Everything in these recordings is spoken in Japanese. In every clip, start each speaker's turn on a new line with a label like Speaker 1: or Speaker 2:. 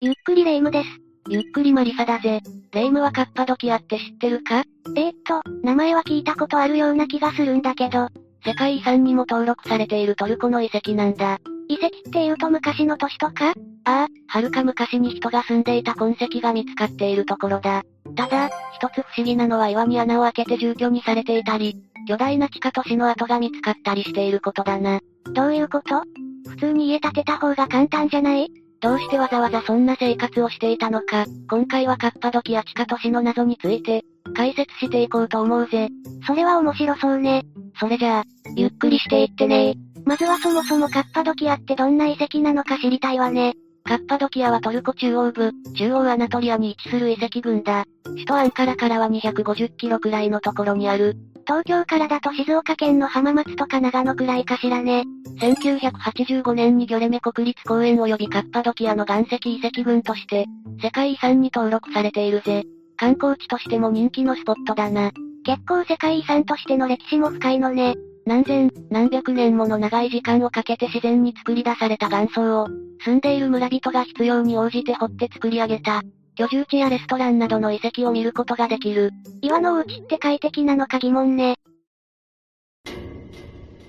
Speaker 1: ゆっくりレ夢ムです。
Speaker 2: ゆっくりマリサだぜ。レ夢ムはカッパドキアって知ってるか
Speaker 1: えー、っと、名前は聞いたことあるような気がするんだけど、
Speaker 2: 世界遺産にも登録されているトルコの遺跡なんだ。
Speaker 1: 遺跡って言うと昔の都市とか
Speaker 2: ああ、遥か昔に人が住んでいた痕跡が見つかっているところだ。ただ、一つ不思議なのは岩に穴を開けて住居にされていたり、巨大な地下都市の跡が見つかったりしていることだな。
Speaker 1: どういうこと普通に家建てた方が簡単じゃない
Speaker 2: どうしてわざわざそんな生活をしていたのか、今回はカッパドキア地下都市の謎について、解説していこうと思うぜ。
Speaker 1: それは面白そうね。
Speaker 2: それじゃあ、
Speaker 1: ゆっくりしていってねまずはそもそもカッパドキアってどんな遺跡なのか知りたいわね。
Speaker 2: カッパドキアはトルコ中央部、中央アナトリアに位置する遺跡群だ。首都アンカラからは250キロくらいのところにある。
Speaker 1: 東京からだと静岡県の浜松とか長野くらいかしらね。
Speaker 2: 1985年にギョレメ国立公園及びカッパドキアの岩石遺跡群として、世界遺産に登録されているぜ。観光地としても人気のスポットだな。
Speaker 1: 結構世界遺産としての歴史も深いのね。
Speaker 2: 何千、何百年もの長い時間をかけて自然に作り出された岩層を、住んでいる村人が必要に応じて掘って作り上げた、居住地やレストランなどの遺跡を見ることができる。
Speaker 1: 岩のお家って快適なのか疑問ね。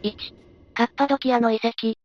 Speaker 2: 1、カッパドキアの遺跡。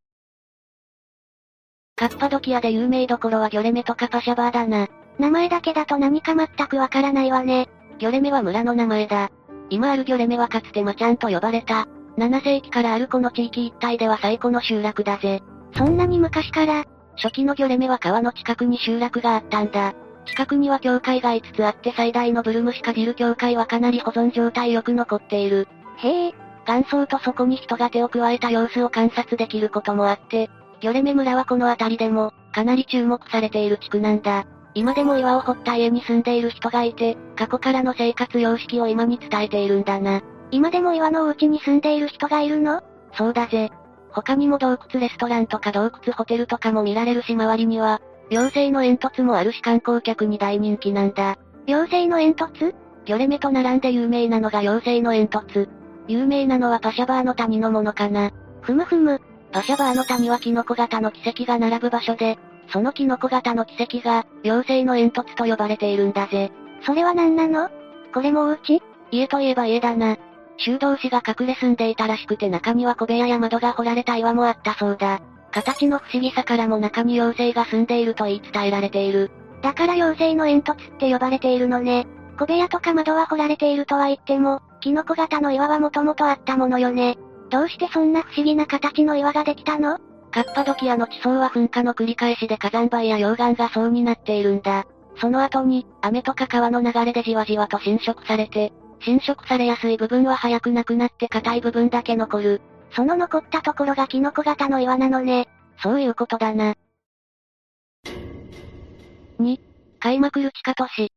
Speaker 2: カッパドキアで有名どころはギョレメとかパシャバーだな。
Speaker 1: 名前だけだと何か全くわからないわね。
Speaker 2: ギョレメは村の名前だ。今あるギョレメはかつてマチャンと呼ばれた。7世紀からあるこの地域一帯では最古の集落だぜ。
Speaker 1: そんなに昔から、
Speaker 2: 初期のギョレメは川の近くに集落があったんだ。近くには教会が5つあって最大のブルムシカジル教会はかなり保存状態よく残っている。
Speaker 1: へえ。
Speaker 2: 岩層とそこに人が手を加えた様子を観察できることもあって、ギョレメ村はこの辺りでも、かなり注目されている地区なんだ。今でも岩を掘った家に住んでいる人がいて、過去からの生活様式を今に伝えているんだな。
Speaker 1: 今でも岩のお家に住んでいる人がいるの
Speaker 2: そうだぜ。他にも洞窟レストランとか洞窟ホテルとかも見られるし周りには、妖精の煙突もあるし観光客に大人気なんだ。
Speaker 1: 妖精の煙突
Speaker 2: ギョレメと並んで有名なのが妖精の煙突。有名なのはパシャバーの谷のものかな。
Speaker 1: ふむふむ。
Speaker 2: パシャバーの谷はキノコ型の奇跡が並ぶ場所で、そのキノコ型の奇跡が、妖精の煙突と呼ばれているんだぜ。
Speaker 1: それは何なのこれもお家
Speaker 2: 家といえば家だな。修道士が隠れ住んでいたらしくて中には小部屋や窓が掘られた岩もあったそうだ。形の不思議さからも中に妖精が住んでいると言い伝えられている。
Speaker 1: だから妖精の煙突って呼ばれているのね。小部屋とか窓は掘られているとは言っても、キノコ型の岩はもともとあったものよね。どうしてそんな不思議な形の岩ができたの
Speaker 2: カッパドキアの地層は噴火の繰り返しで火山灰や溶岩が層になっているんだ。その後に、雨とか川の流れでじわじわと侵食されて、侵食されやすい部分は早くなくなって硬い部分だけ残る。
Speaker 1: その残ったところがキノコ型の岩なのね。
Speaker 2: そういうことだな。2、開幕る地下都市。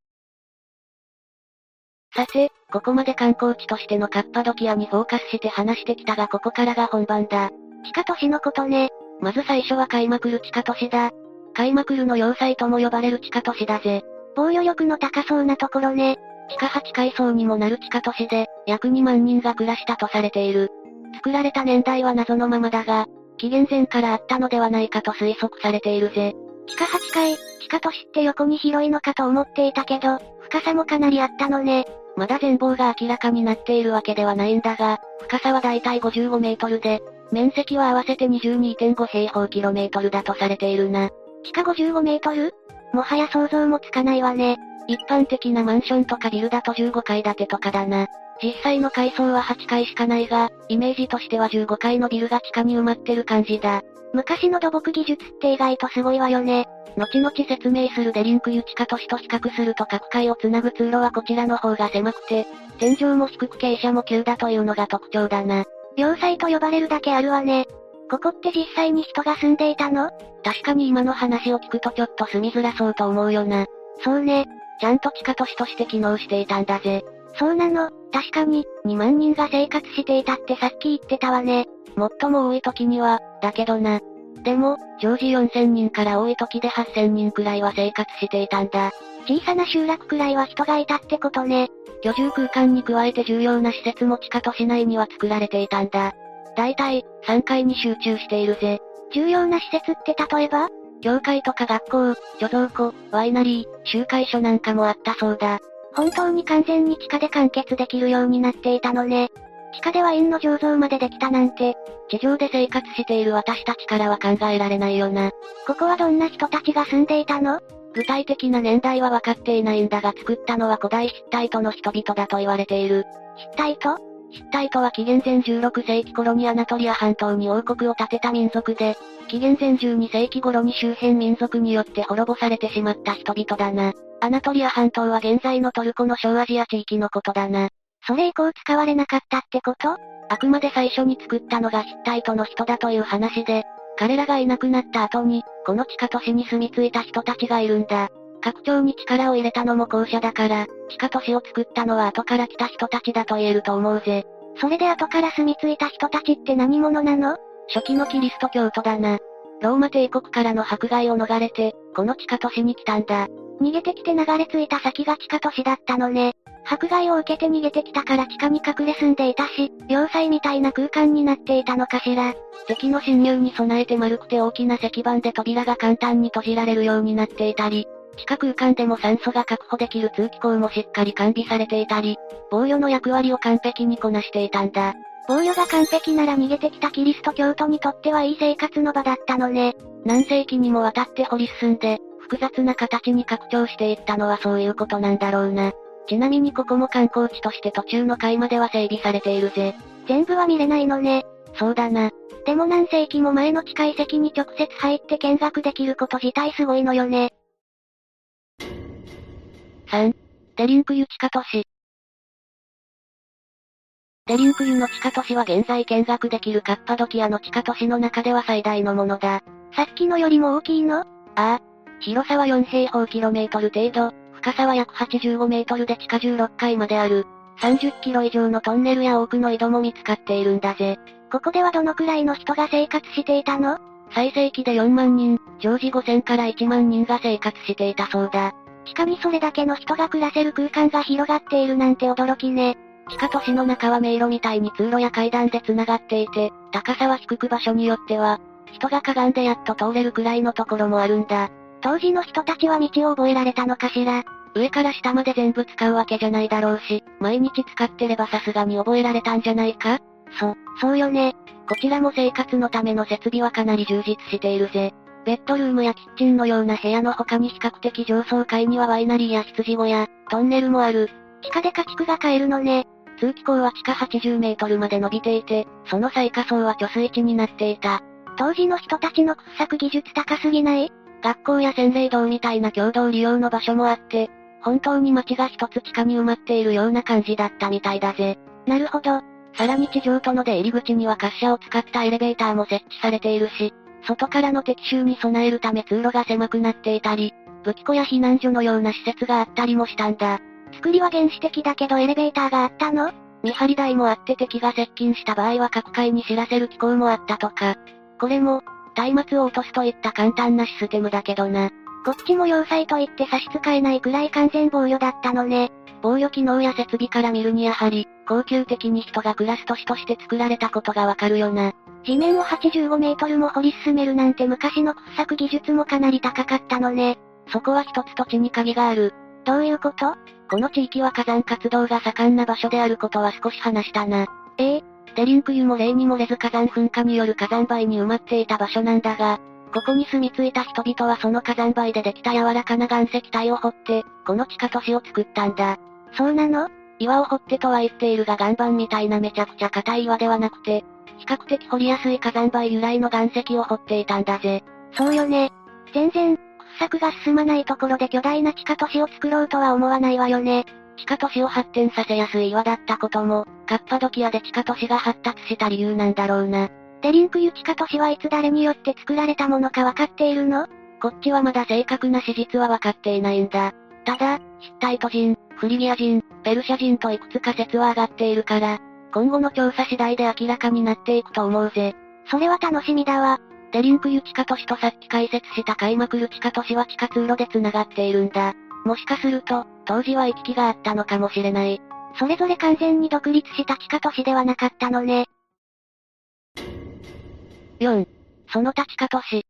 Speaker 2: さて、ここまで観光地としてのカッパドキアにフォーカスして話してきたがここからが本番だ。
Speaker 1: 地下都市のことね。
Speaker 2: まず最初は開幕る地下都市だ。開幕るの要塞とも呼ばれる地下都市だぜ。
Speaker 1: 防御力の高そうなところね。
Speaker 2: 地下8階層にもなる地下都市で、約2万人が暮らしたとされている。作られた年代は謎のままだが、紀元前からあったのではないかと推測されているぜ。
Speaker 1: 地下8階、地下都市って横に広いのかと思っていたけど、深さもかなりあったのね。
Speaker 2: まだ全貌が明らかになっているわけではないんだが、深さはだいたい55メートルで、面積は合わせて22.5平方キロメートルだとされているな。
Speaker 1: 地下55メートルもはや想像もつかないわね。
Speaker 2: 一般的なマンションとかビルだと15階建てとかだな。実際の階層は8階しかないが、イメージとしては15階のビルが地下に埋まってる感じだ。
Speaker 1: 昔の土木技術って意外とすごいわよね。
Speaker 2: 後々説明するデリンク湯地下都市と比較すると各階をつなぐ通路はこちらの方が狭くて、天井も低く傾斜も急だというのが特徴だな。
Speaker 1: 要塞と呼ばれるだけあるわね。ここって実際に人が住んでいたの
Speaker 2: 確かに今の話を聞くとちょっと住みづらそうと思うよな。
Speaker 1: そうね。
Speaker 2: ちゃんと地下都市として機能していたんだぜ。
Speaker 1: そうなの、確かに、2万人が生活していたってさっき言ってたわね。
Speaker 2: 最も多い時には、だけどな。でも、常時4000人から多い時で8000人くらいは生活していたんだ。
Speaker 1: 小さな集落くらいは人がいたってことね。
Speaker 2: 居住空間に加えて重要な施設も地下都市内には作られていたんだ。だいたい、3階に集中しているぜ。
Speaker 1: 重要な施設って例えば
Speaker 2: 教会とか学校、貯蔵庫、ワイナリー、集会所なんかもあったそうだ。
Speaker 1: 本当に完全に地下で完結できるようになっていたのね。地下でワインの醸造までできたなんて、
Speaker 2: 地上で生活している私たちからは考えられないよな。
Speaker 1: ここはどんな人たちが住んでいたの
Speaker 2: 具体的な年代は分かっていないんだが作ったのは古代ヒッタイトの人々だと言われている。
Speaker 1: ヒッタイト
Speaker 2: ヒッタイトは紀元前16世紀頃にアナトリア半島に王国を建てた民族で、紀元前12世紀頃に周辺民族によって滅ぼされてしまった人々だな。アナトリア半島は現在のトルコの小アジア地域のことだな。
Speaker 1: それ以降使われなかったってこと
Speaker 2: あくまで最初に作ったのがヒッタイトの人だという話で、彼らがいなくなった後に、この地下都市に住み着いた人たちがいるんだ。拡張に力を入れたのも後者だから、地下都市を作ったのは後から来た人たちだと言えると思うぜ。
Speaker 1: それで後から住み着いた人たちって何者なの
Speaker 2: 初期のキリスト教徒だな。ローマ帝国からの迫害を逃れて、この地下都市に来たんだ。
Speaker 1: 逃げてきて流れ着いた先が地下都市だったのね。迫害を受けて逃げてきたから地下に隠れ住んでいたし、要塞みたいな空間になっていたのかしら。
Speaker 2: 敵の侵入に備えて丸くて大きな石板で扉が簡単に閉じられるようになっていたり、地下空間でも酸素が確保できる通気口もしっかり完備されていたり、防御の役割を完璧にこなしていたんだ。
Speaker 1: 防御が完璧なら逃げてきたキリスト教徒にとってはいい生活の場だったのね。
Speaker 2: 何世紀にもわたって掘り進んで、複雑な形に拡張していったのはそういうことなんだろうな。ちなみにここも観光地として途中の階までは整備されているぜ。
Speaker 1: 全部は見れないのね。
Speaker 2: そうだな。
Speaker 1: でも何世紀も前の近い席に直接入って見学できること自体すごいのよね。
Speaker 2: 3. デリンクユ地下都市。デリンクユの地下都市は現在見学できるカッパドキアの地下都市の中では最大のものだ。
Speaker 1: さっきのよりも大きいのあ
Speaker 2: あ。広さは4平方キロメートル程度、深さは約85メートルで地下16階まである。30キロ以上のトンネルや多くの井戸も見つかっているんだぜ。
Speaker 1: ここではどのくらいの人が生活していたの
Speaker 2: 最盛期で4万人、常時5000から1万人が生活していたそうだ。
Speaker 1: 地下にそれだけの人が暮らせる空間が広がっているなんて驚きね。
Speaker 2: 地下都市の中は迷路みたいに通路や階段で繋がっていて、高さは低く場所によっては、人がかがんでやっと通れるくらいのところもあるんだ。
Speaker 1: 当時の人たちは道を覚えられたのかしら
Speaker 2: 上から下まで全部使うわけじゃないだろうし、毎日使ってればさすがに覚えられたんじゃないか
Speaker 1: そ、そうよね。
Speaker 2: こちらも生活のための設備はかなり充実しているぜ。ベッドルームやキッチンのような部屋の他に比較的上層階にはワイナリーや羊小屋、トンネルもある。
Speaker 1: 地下で家畜が買えるのね。
Speaker 2: 通気口は地下80メートルまで伸びていて、その最下層は貯水池になっていた。
Speaker 1: 当時の人たちの掘削技術高すぎない
Speaker 2: 学校や洗礼堂みたいな共同利用の場所もあって、本当に街が一つ地下に埋まっているような感じだったみたいだぜ。
Speaker 1: なるほど。
Speaker 2: さらに地上との出入り口には滑車を使ったエレベーターも設置されているし、外からの敵襲に備えるため通路が狭くなっていたり、武器庫や避難所のような施設があったりもしたんだ。
Speaker 1: 作りは原始的だけどエレベーターがあったの
Speaker 2: 見張り台もあって敵が接近した場合は各階に知らせる機構もあったとか。これも、松明を落とすといった簡単なシステムだけどな。
Speaker 1: こっちも要塞といって差し支えないくらい完全防御だったのね。
Speaker 2: 防御機能や設備から見るにやはり、恒久的に人が暮らす都市として作られたことがわかるよな。
Speaker 1: 地面を85メートルも掘り進めるなんて昔の掘削技術もかなり高かったのね。
Speaker 2: そこは一つ土地に鍵がある。
Speaker 1: どういうこと
Speaker 2: この地域は火山活動が盛んな場所であることは少し話したな。
Speaker 1: ええ
Speaker 2: デリンク湯も例に漏れず火山噴火による火山灰に埋まっていた場所なんだが、ここに住み着いた人々はその火山灰でできた柔らかな岩石体を掘って、この地下都市を作ったんだ。
Speaker 1: そうなの
Speaker 2: 岩を掘ってとは言っているが岩盤みたいなめちゃくちゃ硬い岩ではなくて、比較的掘りやすい火山灰由来の岩石を掘っていたんだぜ。
Speaker 1: そうよね。全然、掘削が進まないところで巨大な地下都市を作ろうとは思わないわよね。
Speaker 2: 地下都市を発展させやすい岩だったことも、カッパドキアで地下都市が発達した理由なんだろうな。
Speaker 1: デリンクユ地下都市はいつ誰によって作られたものかわかっているの
Speaker 2: こっちはまだ正確な史実はわかっていないんだ。ただ、ヒッタイト人、フリギア人、ペルシャ人といくつか説は上がっているから、今後の調査次第で明らかになっていくと思うぜ。
Speaker 1: それは楽しみだわ。
Speaker 2: デリンクユ地下都市とさっき解説した開幕る地下都市は地下通路で繋がっているんだ。もしかすると、当時は行き来があったのかもしれない。
Speaker 1: それぞれ完全に独立した地下都市ではなかったのね。
Speaker 2: 4. その他地下都市。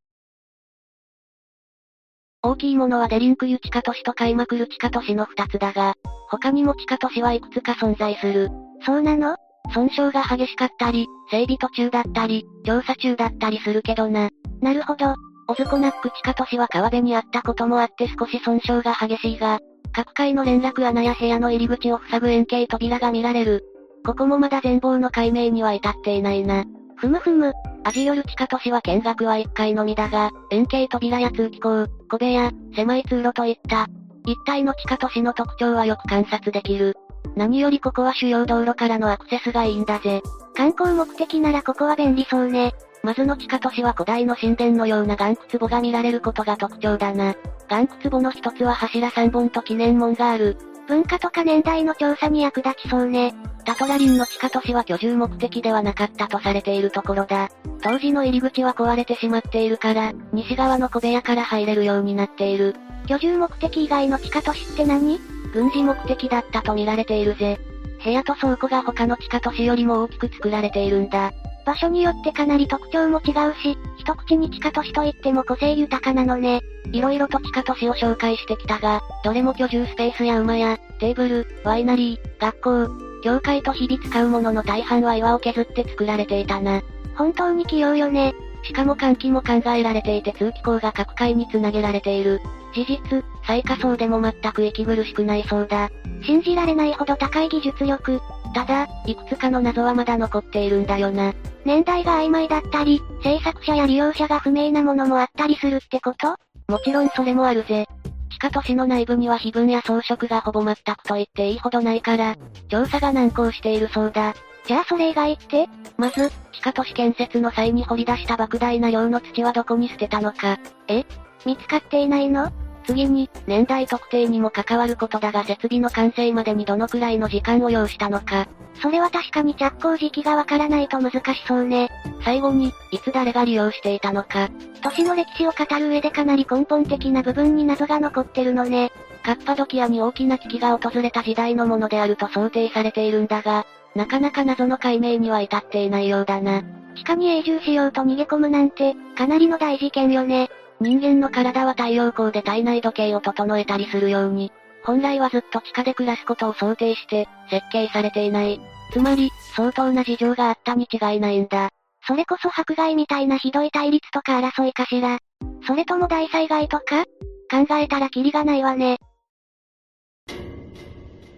Speaker 2: 大きいものはデリンクユ地下都市と開幕ル地下都市の2つだが、他にも地下都市はいくつか存在する。
Speaker 1: そうなの
Speaker 2: 損傷が激しかったり、整備途中だったり、調査中だったりするけどな。
Speaker 1: なるほど。
Speaker 2: オズコナック地下都市は川辺にあったこともあって少し損傷が激しいが、各階の連絡穴や部屋の入り口を塞ぐ円形扉が見られる。ここもまだ全貌の解明には至っていないな。
Speaker 1: ふむふむ、
Speaker 2: 味よる地下都市は見学は1階のみだが、円形扉や通気口、小部屋、狭い通路といった、一体の地下都市の特徴はよく観察できる。何よりここは主要道路からのアクセスがいいんだぜ。
Speaker 1: 観光目的ならここは便利そうね。
Speaker 2: まずの地下都市は古代の神殿のような岩窟壺が見られることが特徴だな。岩窟壺の一つは柱3本と記念門がある。
Speaker 1: 文化とか年代の調査に役立ちそうね。
Speaker 2: タトラリンの地下都市は居住目的ではなかったとされているところだ。当時の入り口は壊れてしまっているから、西側の小部屋から入れるようになっている。
Speaker 1: 居住目的以外の地下都市って何
Speaker 2: 軍事目的だったと見られているぜ。部屋と倉庫が他の地下都市よりも大きく作られているんだ。
Speaker 1: 場所によってかなり特徴も違うし、一口に地下都市といっても個性豊かなのね。
Speaker 2: 色々と地下都市を紹介してきたが、どれも居住スペースや馬や、テーブル、ワイナリー、学校、教会と日々使うものの大半は岩を削って作られていたな。
Speaker 1: 本当に器用よね。
Speaker 2: しかも換気も考えられていて通気口が各階につなげられている。事実、最下層でも全く息苦しくないそうだ。
Speaker 1: 信じられないほど高い技術力。
Speaker 2: ただ、いくつかの謎はまだ残っているんだよな。
Speaker 1: 年代が曖昧だったり、制作者や利用者が不明なものもあったりするってこと
Speaker 2: もちろんそれもあるぜ。地下都市の内部には碑文や装飾がほぼ全くと言っていいほどないから、調査が難航しているそうだ。
Speaker 1: じゃあそれ以外って
Speaker 2: まず、地下都市建設の際に掘り出した莫大な量の土はどこに捨てたのか。
Speaker 1: え見つかっていないの
Speaker 2: 次に、年代特定にも関わることだが設備の完成までにどのくらいの時間を要したのか。
Speaker 1: それは確かに着工時期がわからないと難しそうね。
Speaker 2: 最後に、いつ誰が利用していたのか。
Speaker 1: 都市の歴史を語る上でかなり根本的な部分に謎が残ってるのね。
Speaker 2: カッパドキアに大きな危機が訪れた時代のものであると想定されているんだが、なかなか謎の解明には至っていないようだな。
Speaker 1: 地下に永住しようと逃げ込むなんて、かなりの大事件よね。
Speaker 2: 人間の体は太陽光で体内時計を整えたりするように、本来はずっと地下で暮らすことを想定して、設計されていない。つまり、相当な事情があったに違いないんだ。
Speaker 1: それこそ迫害みたいなひどい対立とか争いかしら。それとも大災害とか考えたらキリがないわね。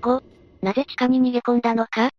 Speaker 2: 5、なぜ地下に逃げ込んだのか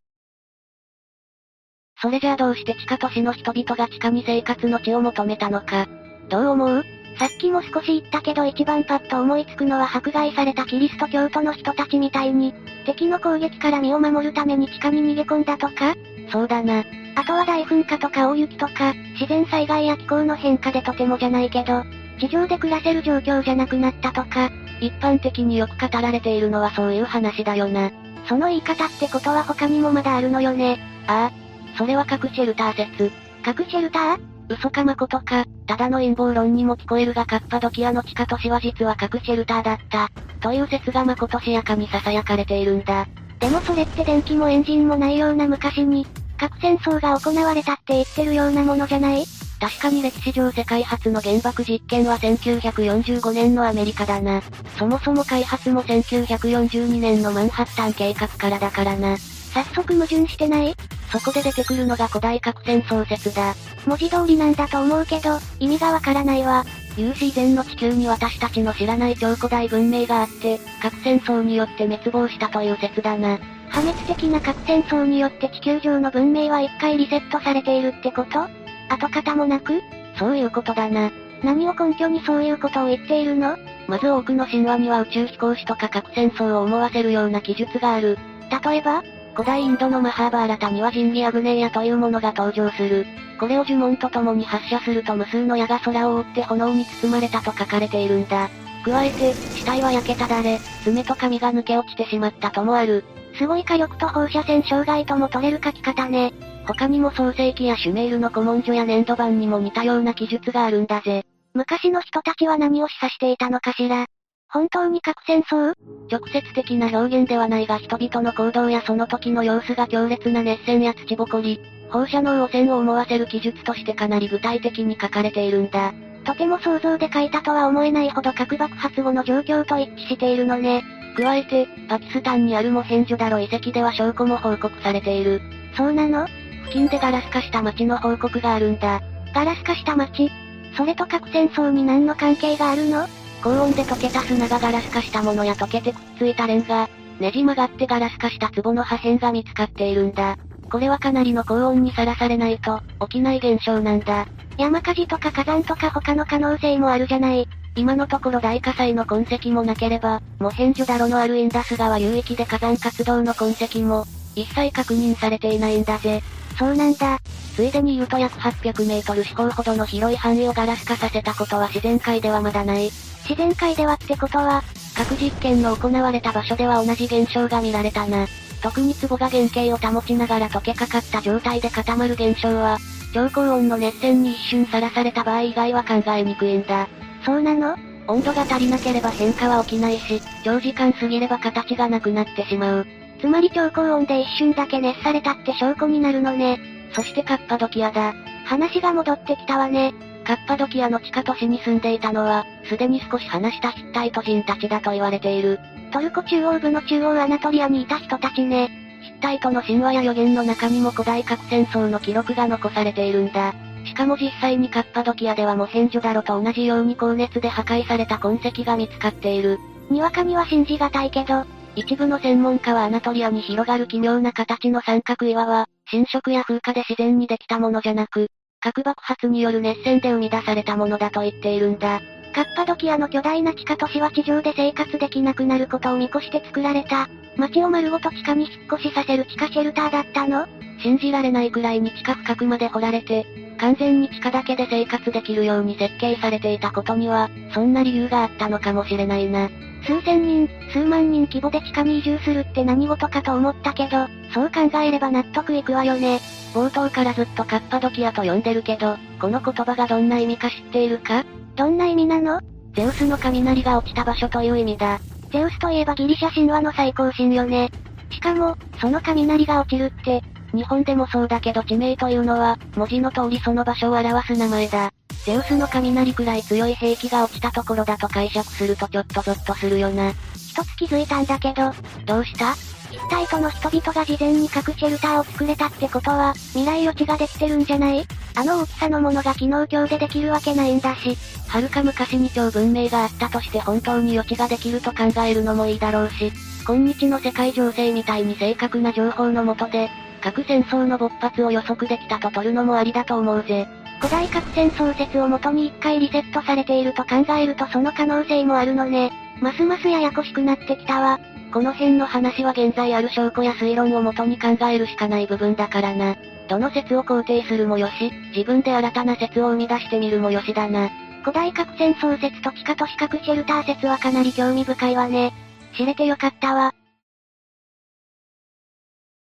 Speaker 2: それじゃあどうして地下都市の人々が地下に生活の地を求めたのか。どう思う
Speaker 1: さっきも少し言ったけど一番パッと思いつくのは迫害されたキリスト教徒の人たちみたいに、敵の攻撃から身を守るために地下に逃げ込んだとか
Speaker 2: そうだな。
Speaker 1: あとは大噴火とか大雪とか、自然災害や気候の変化でとてもじゃないけど、地上で暮らせる状況じゃなくなったとか、
Speaker 2: 一般的によく語られているのはそういう話だよな。
Speaker 1: その言い方ってことは他にもまだあるのよね。
Speaker 2: ああ、それは核シェルター説。
Speaker 1: 核シェルター
Speaker 2: 嘘か誠か、ただの陰謀論にも聞こえるがカッパドキアの地下都市は実は核シェルターだった、という説が誠しやかに囁かれているんだ。
Speaker 1: でもそれって電気もエンジンもないような昔に、核戦争が行われたって言ってるようなものじゃない
Speaker 2: 確かに歴史上世界初の原爆実験は1945年のアメリカだな。そもそも開発も1942年のマンハッタン計画からだからな。
Speaker 1: 早速矛盾してない
Speaker 2: そこで出てくるのが古代核戦争説だ。
Speaker 1: 文字通りなんだと思うけど、意味がわからないわ。
Speaker 2: 有史以前の地球に私たちの知らない超古代文明があって、核戦争によって滅亡したという説だな。
Speaker 1: 破滅的な核戦争によって地球上の文明は一回リセットされているってこと跡形もなく
Speaker 2: そういうことだな。
Speaker 1: 何を根拠にそういうことを言っているの
Speaker 2: まず多くの神話には宇宙飛行士とか核戦争を思わせるような記述がある。
Speaker 1: 例えば
Speaker 2: 古代インドのマハーバーラタには神器アグネイヤというものが登場する。これを呪文と共に発射すると無数の矢が空を覆って炎に包まれたと書かれているんだ。加えて、死体は焼けただれ、爪と髪が抜け落ちてしまったともある。
Speaker 1: すごい火力と放射線障害とも取れる書き方ね。
Speaker 2: 他にも創世記やシュメールの古文書や粘土板にも似たような記述があるんだぜ。
Speaker 1: 昔の人たちは何を示唆していたのかしら本当に核戦争
Speaker 2: 直接的な表現ではないが人々の行動やその時の様子が強烈な熱線や土ぼこり、放射能汚染を思わせる記述としてかなり具体的に書かれているんだ。
Speaker 1: とても想像で書いたとは思えないほど核爆発後の状況と一致しているのね。
Speaker 2: 加えて、パキスタンにあるモヘンジョダロ遺跡では証拠も報告されている。
Speaker 1: そうなの
Speaker 2: 付近でガラス化した街の報告があるんだ。
Speaker 1: ガラス化した街それと核戦争に何の関係があるの
Speaker 2: 高温で溶けた砂がガラス化したものや溶けてくっついたレンガ、ねじ曲がってガラス化した壺の破片が見つかっているんだ。これはかなりの高温にさらされないと、起きない現象なんだ。
Speaker 1: 山火事とか火山とか他の可能性もあるじゃない。
Speaker 2: 今のところ大火災の痕跡もなければ、モヘンジュダロのあるインダス川流域で火山活動の痕跡も、一切確認されていないんだぜ。
Speaker 1: そうなんだ。
Speaker 2: ついでに言うと約800メートル四方ほどの広い範囲をガラス化させたことは自然界ではまだない。
Speaker 1: 自然界ではってことは、
Speaker 2: 核実験の行われた場所では同じ現象が見られたな。特に壺が原型を保ちながら溶けかかった状態で固まる現象は、超高温の熱線に一瞬さらされた場合以外は考えにくいんだ。
Speaker 1: そうなの
Speaker 2: 温度が足りなければ変化は起きないし、長時間過ぎれば形がなくなってしまう。
Speaker 1: つまり超高温で一瞬だけ熱されたって証拠になるのね。
Speaker 2: そしてカッパドキアだ。
Speaker 1: 話が戻ってきたわね。
Speaker 2: カッパドキアの地下都市に住んでいたのは、すでに少し離したヒッタイト人たちだと言われている。
Speaker 1: トルコ中央部の中央アナトリアにいた人たちね。
Speaker 2: ヒッタイトの神話や予言の中にも古代核戦争の記録が残されているんだ。しかも実際にカッパドキアではモヘンジョダロと同じように高熱で破壊された痕跡が見つかっている。
Speaker 1: にわかには信じがたいけど、
Speaker 2: 一部の専門家はアナトリアに広がる奇妙な形の三角岩は、侵食や風化で自然にできたものじゃなく、核爆発による熱線で生み出されたものだと言っているんだ。
Speaker 1: カッパドキアの巨大な地下都市は地上で生活できなくなることを見越して作られた。街を丸ごと地下に引っ越しさせる地下シェルターだったの
Speaker 2: 信じられないくらいに地下深くまで掘られて、完全に地下だけで生活できるように設計されていたことには、そんな理由があったのかもしれないな。
Speaker 1: 数千人、数万人規模で地下に移住するって何事かと思ったけど、そう考えれば納得いくわよね。
Speaker 2: 冒頭からずっとカッパドキアと呼んでるけど、この言葉がどんな意味か知っているか
Speaker 1: どんな意味なの
Speaker 2: ゼウスの雷が落ちた場所という意味だ。
Speaker 1: ゼウスといえばギリシャ神話の最高神よね。しかも、その雷が落ちるって、
Speaker 2: 日本でもそうだけど地名というのは、文字の通りその場所を表す名前だ。ゼウスの雷くらい強い兵器が落ちたところだと解釈するとちょっとゾッとするよな。
Speaker 1: 一つ気づいたんだけど、
Speaker 2: どうした
Speaker 1: 一体との人々が事前に核シェルターを作れたってことは、未来予知ができてるんじゃないあの大きさのものが機能強でできるわけないんだし、
Speaker 2: はるか昔に超文明があったとして本当に予知ができると考えるのもいいだろうし、今日の世界情勢みたいに正確な情報のもとで、核戦争の勃発を予測できたと取るのもありだと思うぜ。
Speaker 1: 古代核戦争説をもとに一回リセットされていると考えるとその可能性もあるのね。ますますややこしくなってきたわ。
Speaker 2: この辺の話は現在ある証拠や推論をもとに考えるしかない部分だからな。どの説を肯定するもよし、自分で新たな説を生み出してみるもよしだな。
Speaker 1: 古代核戦争説と地下都市核シェルター説はかなり興味深いわね。知れてよかったわ。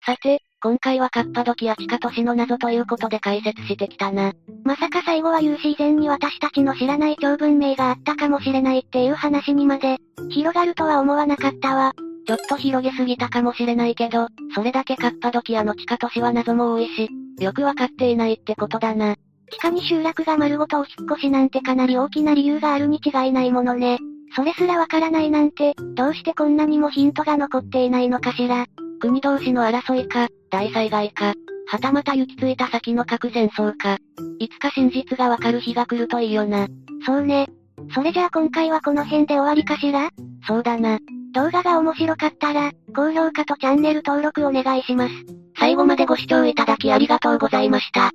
Speaker 2: さて、今回はカッパドキア地下都市の謎ということで解説してきたな。
Speaker 1: まさか最後は有史以前に私たちの知らない超文明があったかもしれないっていう話にまで、広がるとは思わなかったわ。
Speaker 2: ちょっと広げすぎたかもしれないけど、それだけカッパドキアの地下都市は謎も多いし、よくわかっていないってことだな。
Speaker 1: 地下に集落が丸ごとお引っ越しなんてかなり大きな理由があるに違いないものね。それすらわからないなんて、どうしてこんなにもヒントが残っていないのかしら。
Speaker 2: 国同士の争いか、大災害か、はたまた行き着いた先の核戦争か。いつか真実がわかる日が来るといいよな。
Speaker 1: そうね。それじゃあ今回はこの辺で終わりかしら
Speaker 2: そうだな。
Speaker 1: 動画が面白かったら、高評価とチャンネル登録お願いします。
Speaker 2: 最後までご視聴いただきありがとうございました。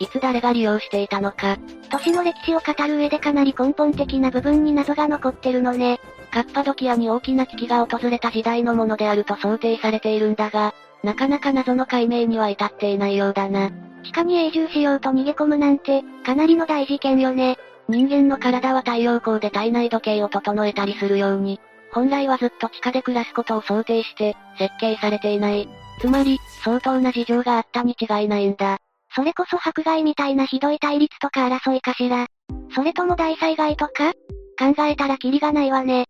Speaker 2: いつ誰が利用していたのか、
Speaker 1: 都市の歴史を語る上でかなり根本的な部分に謎が残ってるのね。
Speaker 2: カッパドキアに大きな危機が訪れた時代のものであると想定されているんだが、なかなか謎の解明には至っていないようだな。
Speaker 1: 地下に永住しようと逃げ込むなんて、かなりの大事件よね。
Speaker 2: 人間の体は太陽光で体内時計を整えたりするように、本来はずっと地下で暮らすことを想定して、設計されていない。つまり、相当な事情があったに違いないんだ。
Speaker 1: それこそ迫害みたいなひどい対立とか争いかしら。それとも大災害とか考えたらキリがないわね。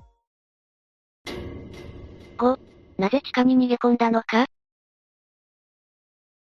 Speaker 2: なぜ地下に逃げ込んだのか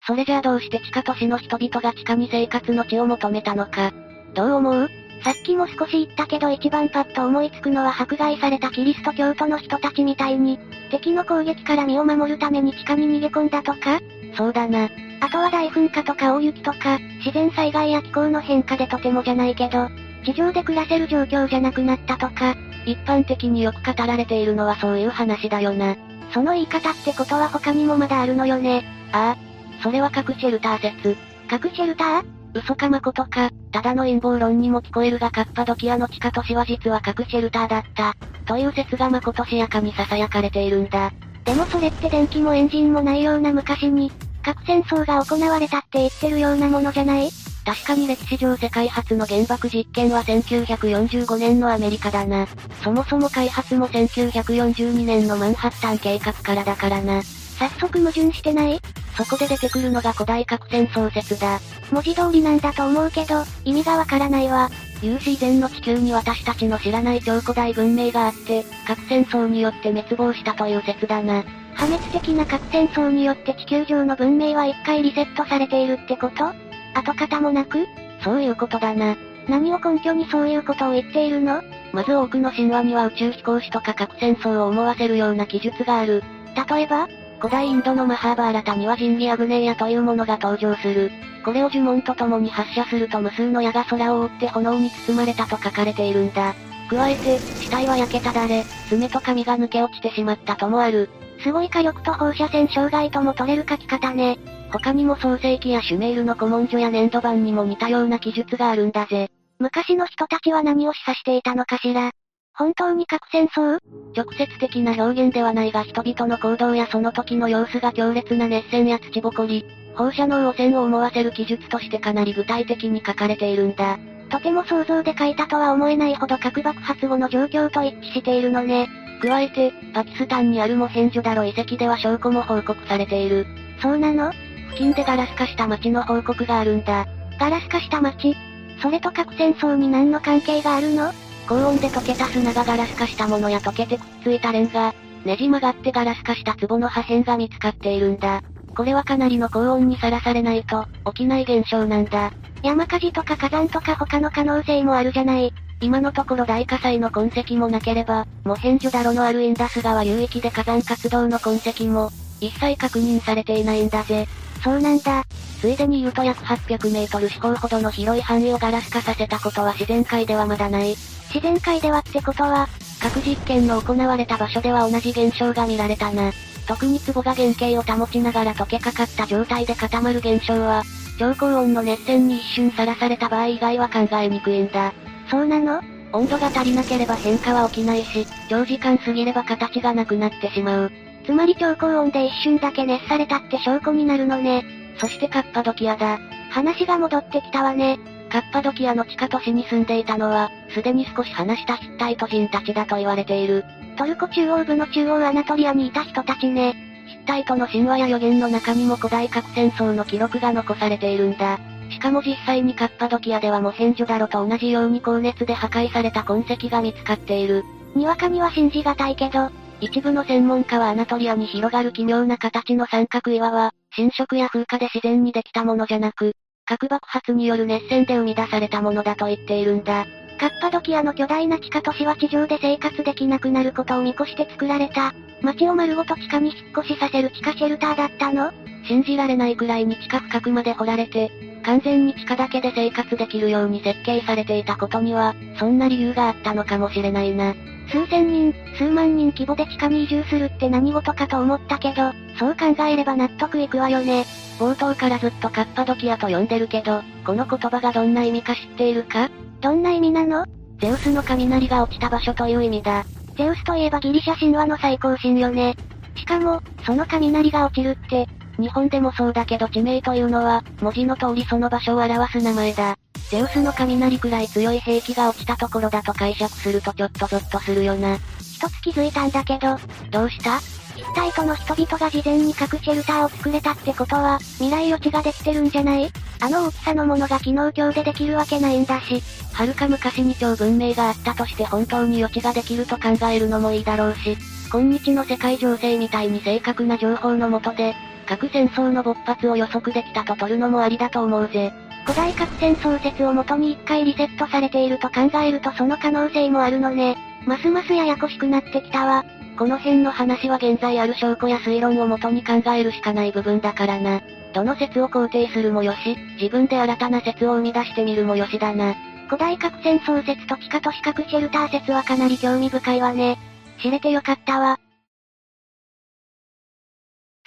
Speaker 2: それじゃあどうして地下都市の人々が地下に生活の地を求めたのかどう思う
Speaker 1: さっきも少し言ったけど一番パッと思いつくのは迫害されたキリスト教徒の人たちみたいに、敵の攻撃から身を守るために地下に逃げ込んだとか
Speaker 2: そうだな。
Speaker 1: あとは大噴火とか大雪とか、自然災害や気候の変化でとてもじゃないけど、地上で暮らせる状況じゃなくなったとか、
Speaker 2: 一般的によく語られているのはそういう話だよな。
Speaker 1: その言い方ってことは他にもまだあるのよね。
Speaker 2: ああ。それは核シェルター説。
Speaker 1: 核シェルター
Speaker 2: 嘘かまことか、ただの陰謀論にも聞こえるがカッパドキアの地下都市は実は核シェルターだった。という説がまことしやかに囁かれているんだ。
Speaker 1: でもそれって電気もエンジンもないような昔に、核戦争が行われたって言ってるようなものじゃない
Speaker 2: 確かに歴史上世界初の原爆実験は1945年のアメリカだな。そもそも開発も1942年のマンハッタン計画からだからな。
Speaker 1: 早速矛盾してない
Speaker 2: そこで出てくるのが古代核戦争説だ。
Speaker 1: 文字通りなんだと思うけど、意味がわからないわ。
Speaker 2: 有史以前の地球に私たちの知らない超古代文明があって、核戦争によって滅亡したという説だな。
Speaker 1: 破滅的な核戦争によって地球上の文明は一回リセットされているってこと跡形もなく
Speaker 2: そういうことだな。
Speaker 1: 何を根拠にそういうことを言っているの
Speaker 2: まず多くの神話には宇宙飛行士とか核戦争を思わせるような記述がある。
Speaker 1: 例えば
Speaker 2: 古代インドのマハーバーラタには神器アグネイヤというものが登場する。これを呪文と共に発射すると無数の矢が空を覆って炎に包まれたと書かれているんだ。加えて、死体は焼けただれ、爪と髪が抜け落ちてしまったともある。
Speaker 1: すごい火力と放射線障害とも取れる書き方ね。
Speaker 2: 他にも創世記やシュメールの古文書や粘土板にも似たような記述があるんだぜ。
Speaker 1: 昔の人たちは何を示唆していたのかしら本当に核戦争
Speaker 2: 直接的な表現ではないが人々の行動やその時の様子が強烈な熱線や土ぼこり、放射能汚染を思わせる記述としてかなり具体的に書かれているんだ。
Speaker 1: とても想像で書いたとは思えないほど核爆発後の状況と一致しているのね。
Speaker 2: 加えて、パキスタンにあるモヘンジョダロ遺跡では証拠も報告されている。
Speaker 1: そうなの
Speaker 2: 付近でガラス化した街の報告があるんだ。
Speaker 1: ガラス化した街それと核戦争に何の関係があるの
Speaker 2: 高温で溶けた砂がガラス化したものや溶けてくっついたレンガ、ねじ曲がってガラス化した壺の破片が見つかっているんだ。これはかなりの高温にさらされないと、起きない現象なんだ。
Speaker 1: 山火事とか火山とか他の可能性もあるじゃない。
Speaker 2: 今のところ大火災の痕跡もなければ、モヘンジュダロのあるインダス川流域で火山活動の痕跡も、一切確認されていないんだぜ。
Speaker 1: そうなんだ。
Speaker 2: ついでに言うと約800メートル四方ほどの広い範囲をガラス化させたことは自然界ではまだない。
Speaker 1: 自然界ではってことは、
Speaker 2: 核実験の行われた場所では同じ現象が見られたな。特に壺が原型を保ちながら溶けかかった状態で固まる現象は、超高温の熱線に一瞬さらされた場合以外は考えにくいんだ。
Speaker 1: そうなの
Speaker 2: 温度が足りなければ変化は起きないし、長時間過ぎれば形がなくなってしまう。
Speaker 1: つまり超高温で一瞬だけ熱されたって証拠になるのね。
Speaker 2: そしてカッパドキアだ。
Speaker 1: 話が戻ってきたわね。
Speaker 2: カッパドキアの地下都市に住んでいたのは、すでに少し離したヒッタイト人たちだと言われている。
Speaker 1: トルコ中央部の中央アナトリアにいた人たちね。
Speaker 2: ヒッタイトの神話や予言の中にも古代核戦争の記録が残されているんだ。しかも実際にカッパドキアではモヘンジョダロと同じように高熱で破壊された痕跡が見つかっている。
Speaker 1: にわかには信じがたいけど、
Speaker 2: 一部の専門家はアナトリアに広がる奇妙な形の三角岩は、侵食や風化で自然にできたものじゃなく、核爆発による熱線で生み出されたものだと言っているんだ。
Speaker 1: カッパドキアの巨大な地下都市は地上で生活できなくなることを見越して作られた、街を丸ごと地下に引っ越しさせる地下シェルターだったの
Speaker 2: 信じられないくらいに地下深くまで掘られて、完全に地下だけで生活できるように設計されていたことには、そんな理由があったのかもしれないな。
Speaker 1: 数千人、数万人規模で地下に移住するって何事かと思ったけど、そう考えれば納得いくわよね。
Speaker 2: 冒頭からずっとカッパドキアと呼んでるけど、この言葉がどんな意味か知っているか
Speaker 1: どんな意味なの
Speaker 2: ゼウスの雷が落ちた場所という意味だ。
Speaker 1: ゼウスといえばギリシャ神話の最高神よね。しかも、その雷が落ちるって、
Speaker 2: 日本でもそうだけど地名というのは、文字の通りその場所を表す名前だ。ゼウスの雷くらい強い兵器が落ちたところだと解釈するとちょっとゾッとするよな。
Speaker 1: 一つ気づいたんだけど、
Speaker 2: どうした
Speaker 1: 一体との人々が事前に核シェルターを作れたってことは、未来予知ができてるんじゃないあの大きさのものが機能強でできるわけないんだし。
Speaker 2: はるか昔に超文明があったとして本当に予知ができると考えるのもいいだろうし、今日の世界情勢みたいに正確な情報のもとで、核戦争の勃発を予測できたと取るのもありだと思うぜ。古代核戦争説を元に一回リセットされていると考えるとその可能性もあるのね。ますますややこしくなってきたわ。
Speaker 1: この辺の話は現在ある証拠や推論を元に考えるしかない部分だからな。どの説を肯定するもよし、自分で新たな説を生み出してみるもよしだな。
Speaker 2: 古代核戦争説と地下都市核シェルター説はかなり興味深いわね。知れてよかったわ。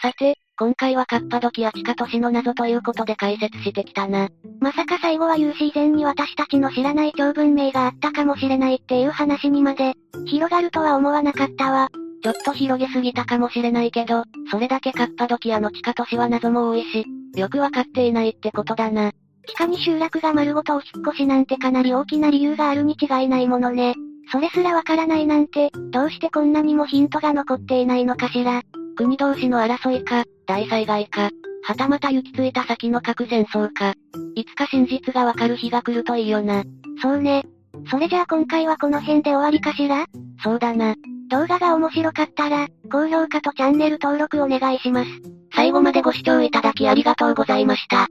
Speaker 1: さて、今回はカッパドキア地下都市の謎ということで解説してきたな。
Speaker 2: まさか最後は有史以前に私たちの知らない超文明があったかもしれないっていう話にまで、広がるとは思わなかったわ。
Speaker 1: ちょっと広げすぎたかもしれないけど、それだけカッパドキアの地下都市は謎も多いし、よくわかっていないってことだな。
Speaker 2: 地下に集落が丸ごとお引っ越しなんてかなり大きな理由があるに違いないものね。それすらわからないなんて、どうしてこんなにもヒントが残っていないのかしら。
Speaker 1: 国同士の争いか、大災害か、はたまた行き着いた先の核戦争か。いつか真実がわかる日が来るといいよな。
Speaker 2: そうね。それじゃあ今回はこの辺で終わりかしら
Speaker 1: そうだな。
Speaker 2: 動画が面白かったら、高評価とチャンネル登録お願いします。
Speaker 1: 最後までご視聴いただきありがとうございました。